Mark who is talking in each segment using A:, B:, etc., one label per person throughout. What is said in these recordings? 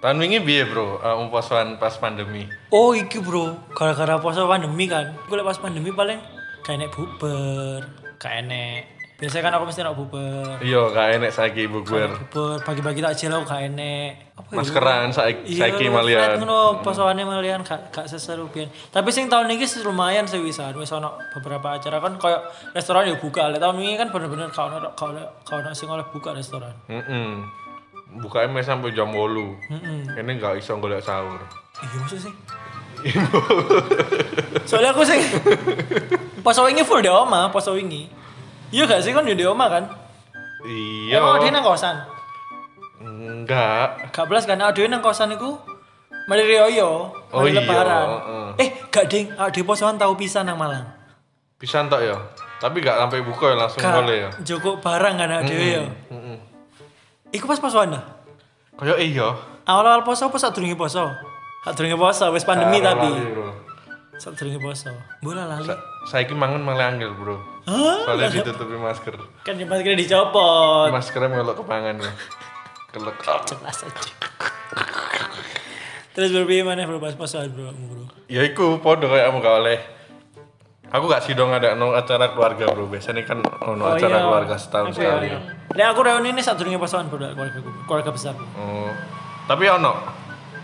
A: Tahun wingi biye bro, uh, umposoan pas pandemi.
B: Oh iki bro, gara-gara puasa pandemi kan. Gue pas pandemi paling kayak enek buber, kayak enek. Biasanya kan aku mesti enak buber.
A: Iya, gak enek saiki bubar.
B: Buber pagi-pagi tak jelo gak enek. Apa ya?
A: Maskeran saik- saiki
B: flat
A: malian.
B: ngono posoane malian gak gak seseru biyen. Tapi sing tahun ini sih lumayan sih bisa. Wis ono beberapa acara kan koyo restoran ya buka. Lah tahun ini kan bener-bener gak ono gak ono gak ono sing oleh buka restoran.
A: Heeh. Bukanya mes sampai jam 8.
B: Heeh.
A: Ini gak iso golek sahur.
B: Iya maksud sih. Soalnya aku sih poso wingi full di oma, poso wingi. Iya gak sih kan di oma kan?
A: Iya.
B: Emang dia nang kosan.
A: Enggak.
B: Gak belas kan ade nang kosan iku mari rioyo,
A: Oh
B: mari
A: iya,
B: lebaran.
A: heeh.
B: Eh, gak ding, ade posoan tahu pisan nang Malang.
A: Pisan tok ya. Tapi gak sampai buka ya langsung
B: Gak
A: golek ya.
B: joko barang kan ade yo.
A: Heeh.
B: Iku pas posoan dah.
A: Kayak iya.
B: Awal-awal poso apa sadurunge poso? Sadurunge poso wis pandemi
A: Karo
B: tapi.
A: lali, bro.
B: Sadurunge poso. Bola lali.
A: Sa- Saiki mangan malah angel, Bro.
B: Hah?
A: Soalnya ditutupi masker.
B: Kan yang maskernya dicopot.
A: Maskernya melok ke pangan ya. Kelek.
B: jelas aja terus berpikir mana bro pas pas bro bro
A: Ya iku podo kayak kamu gak oleh. Aku gak sih dong ada no acara keluarga, Bro. Biasanya kan ono
B: Oh
A: acara
B: iya.
A: keluarga setahun sekali.
B: Nah aku reuni ini satu dunia pasangan bro keluarga ku- keluarga besar
A: Oh. Tapi ono.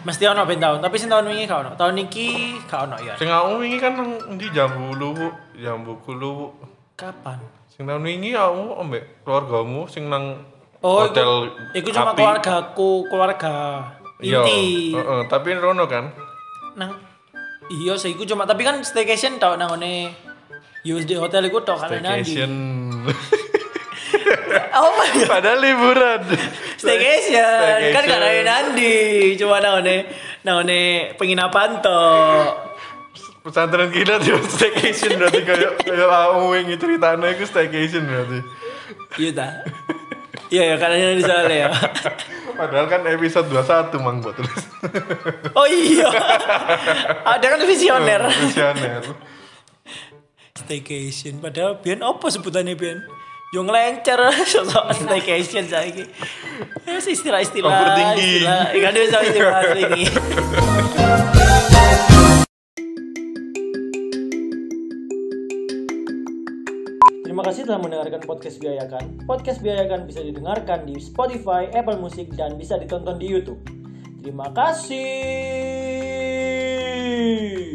B: mesti ono ben tahun tapi sing tahun ini kau ono tahun ini kau ono ya
A: Sing aku wingi kan nang ndi jambu luwu, jambu kuluwu.
B: kapan
A: Sing tahun wingi aku ambek keluargamu sing nang
B: oh
A: hotel
B: itu cuma
A: api.
B: keluarga aku keluarga
A: Iya.
B: inti
A: Heeh, tapi Rono kan.
B: nang iya sih iku cuma tapi kan staycation tau nang one di hotel iku tau kan nanti
A: Vacation.
B: oh my God.
A: Padahal liburan.
B: Staycation kan gak ada
A: Staycation.
B: Nandi, cuma naone naone penginapan toh.
A: Pesantren kita di staycation berarti kayak kayak aku wingi ceritanya iku staycation berarti.
B: Iya ta. Iya ya karena di sana ya.
A: Padahal kan episode 21 Mang buat terus.
B: Oh iya. Ada kan visioner.
A: Oh, Visioner.
B: Staycation padahal biyen apa sebutannya biyen? Yo ngelencer sosok staycation saiki. Ya sih istilah-istilah.
A: Overthinking.
B: Istilah. Ikan dia sama istilah asli ini. Terima kasih telah mendengarkan podcast Biayakan. Podcast Biayakan bisa didengarkan di Spotify, Apple Music, dan bisa ditonton di YouTube. Terima kasih.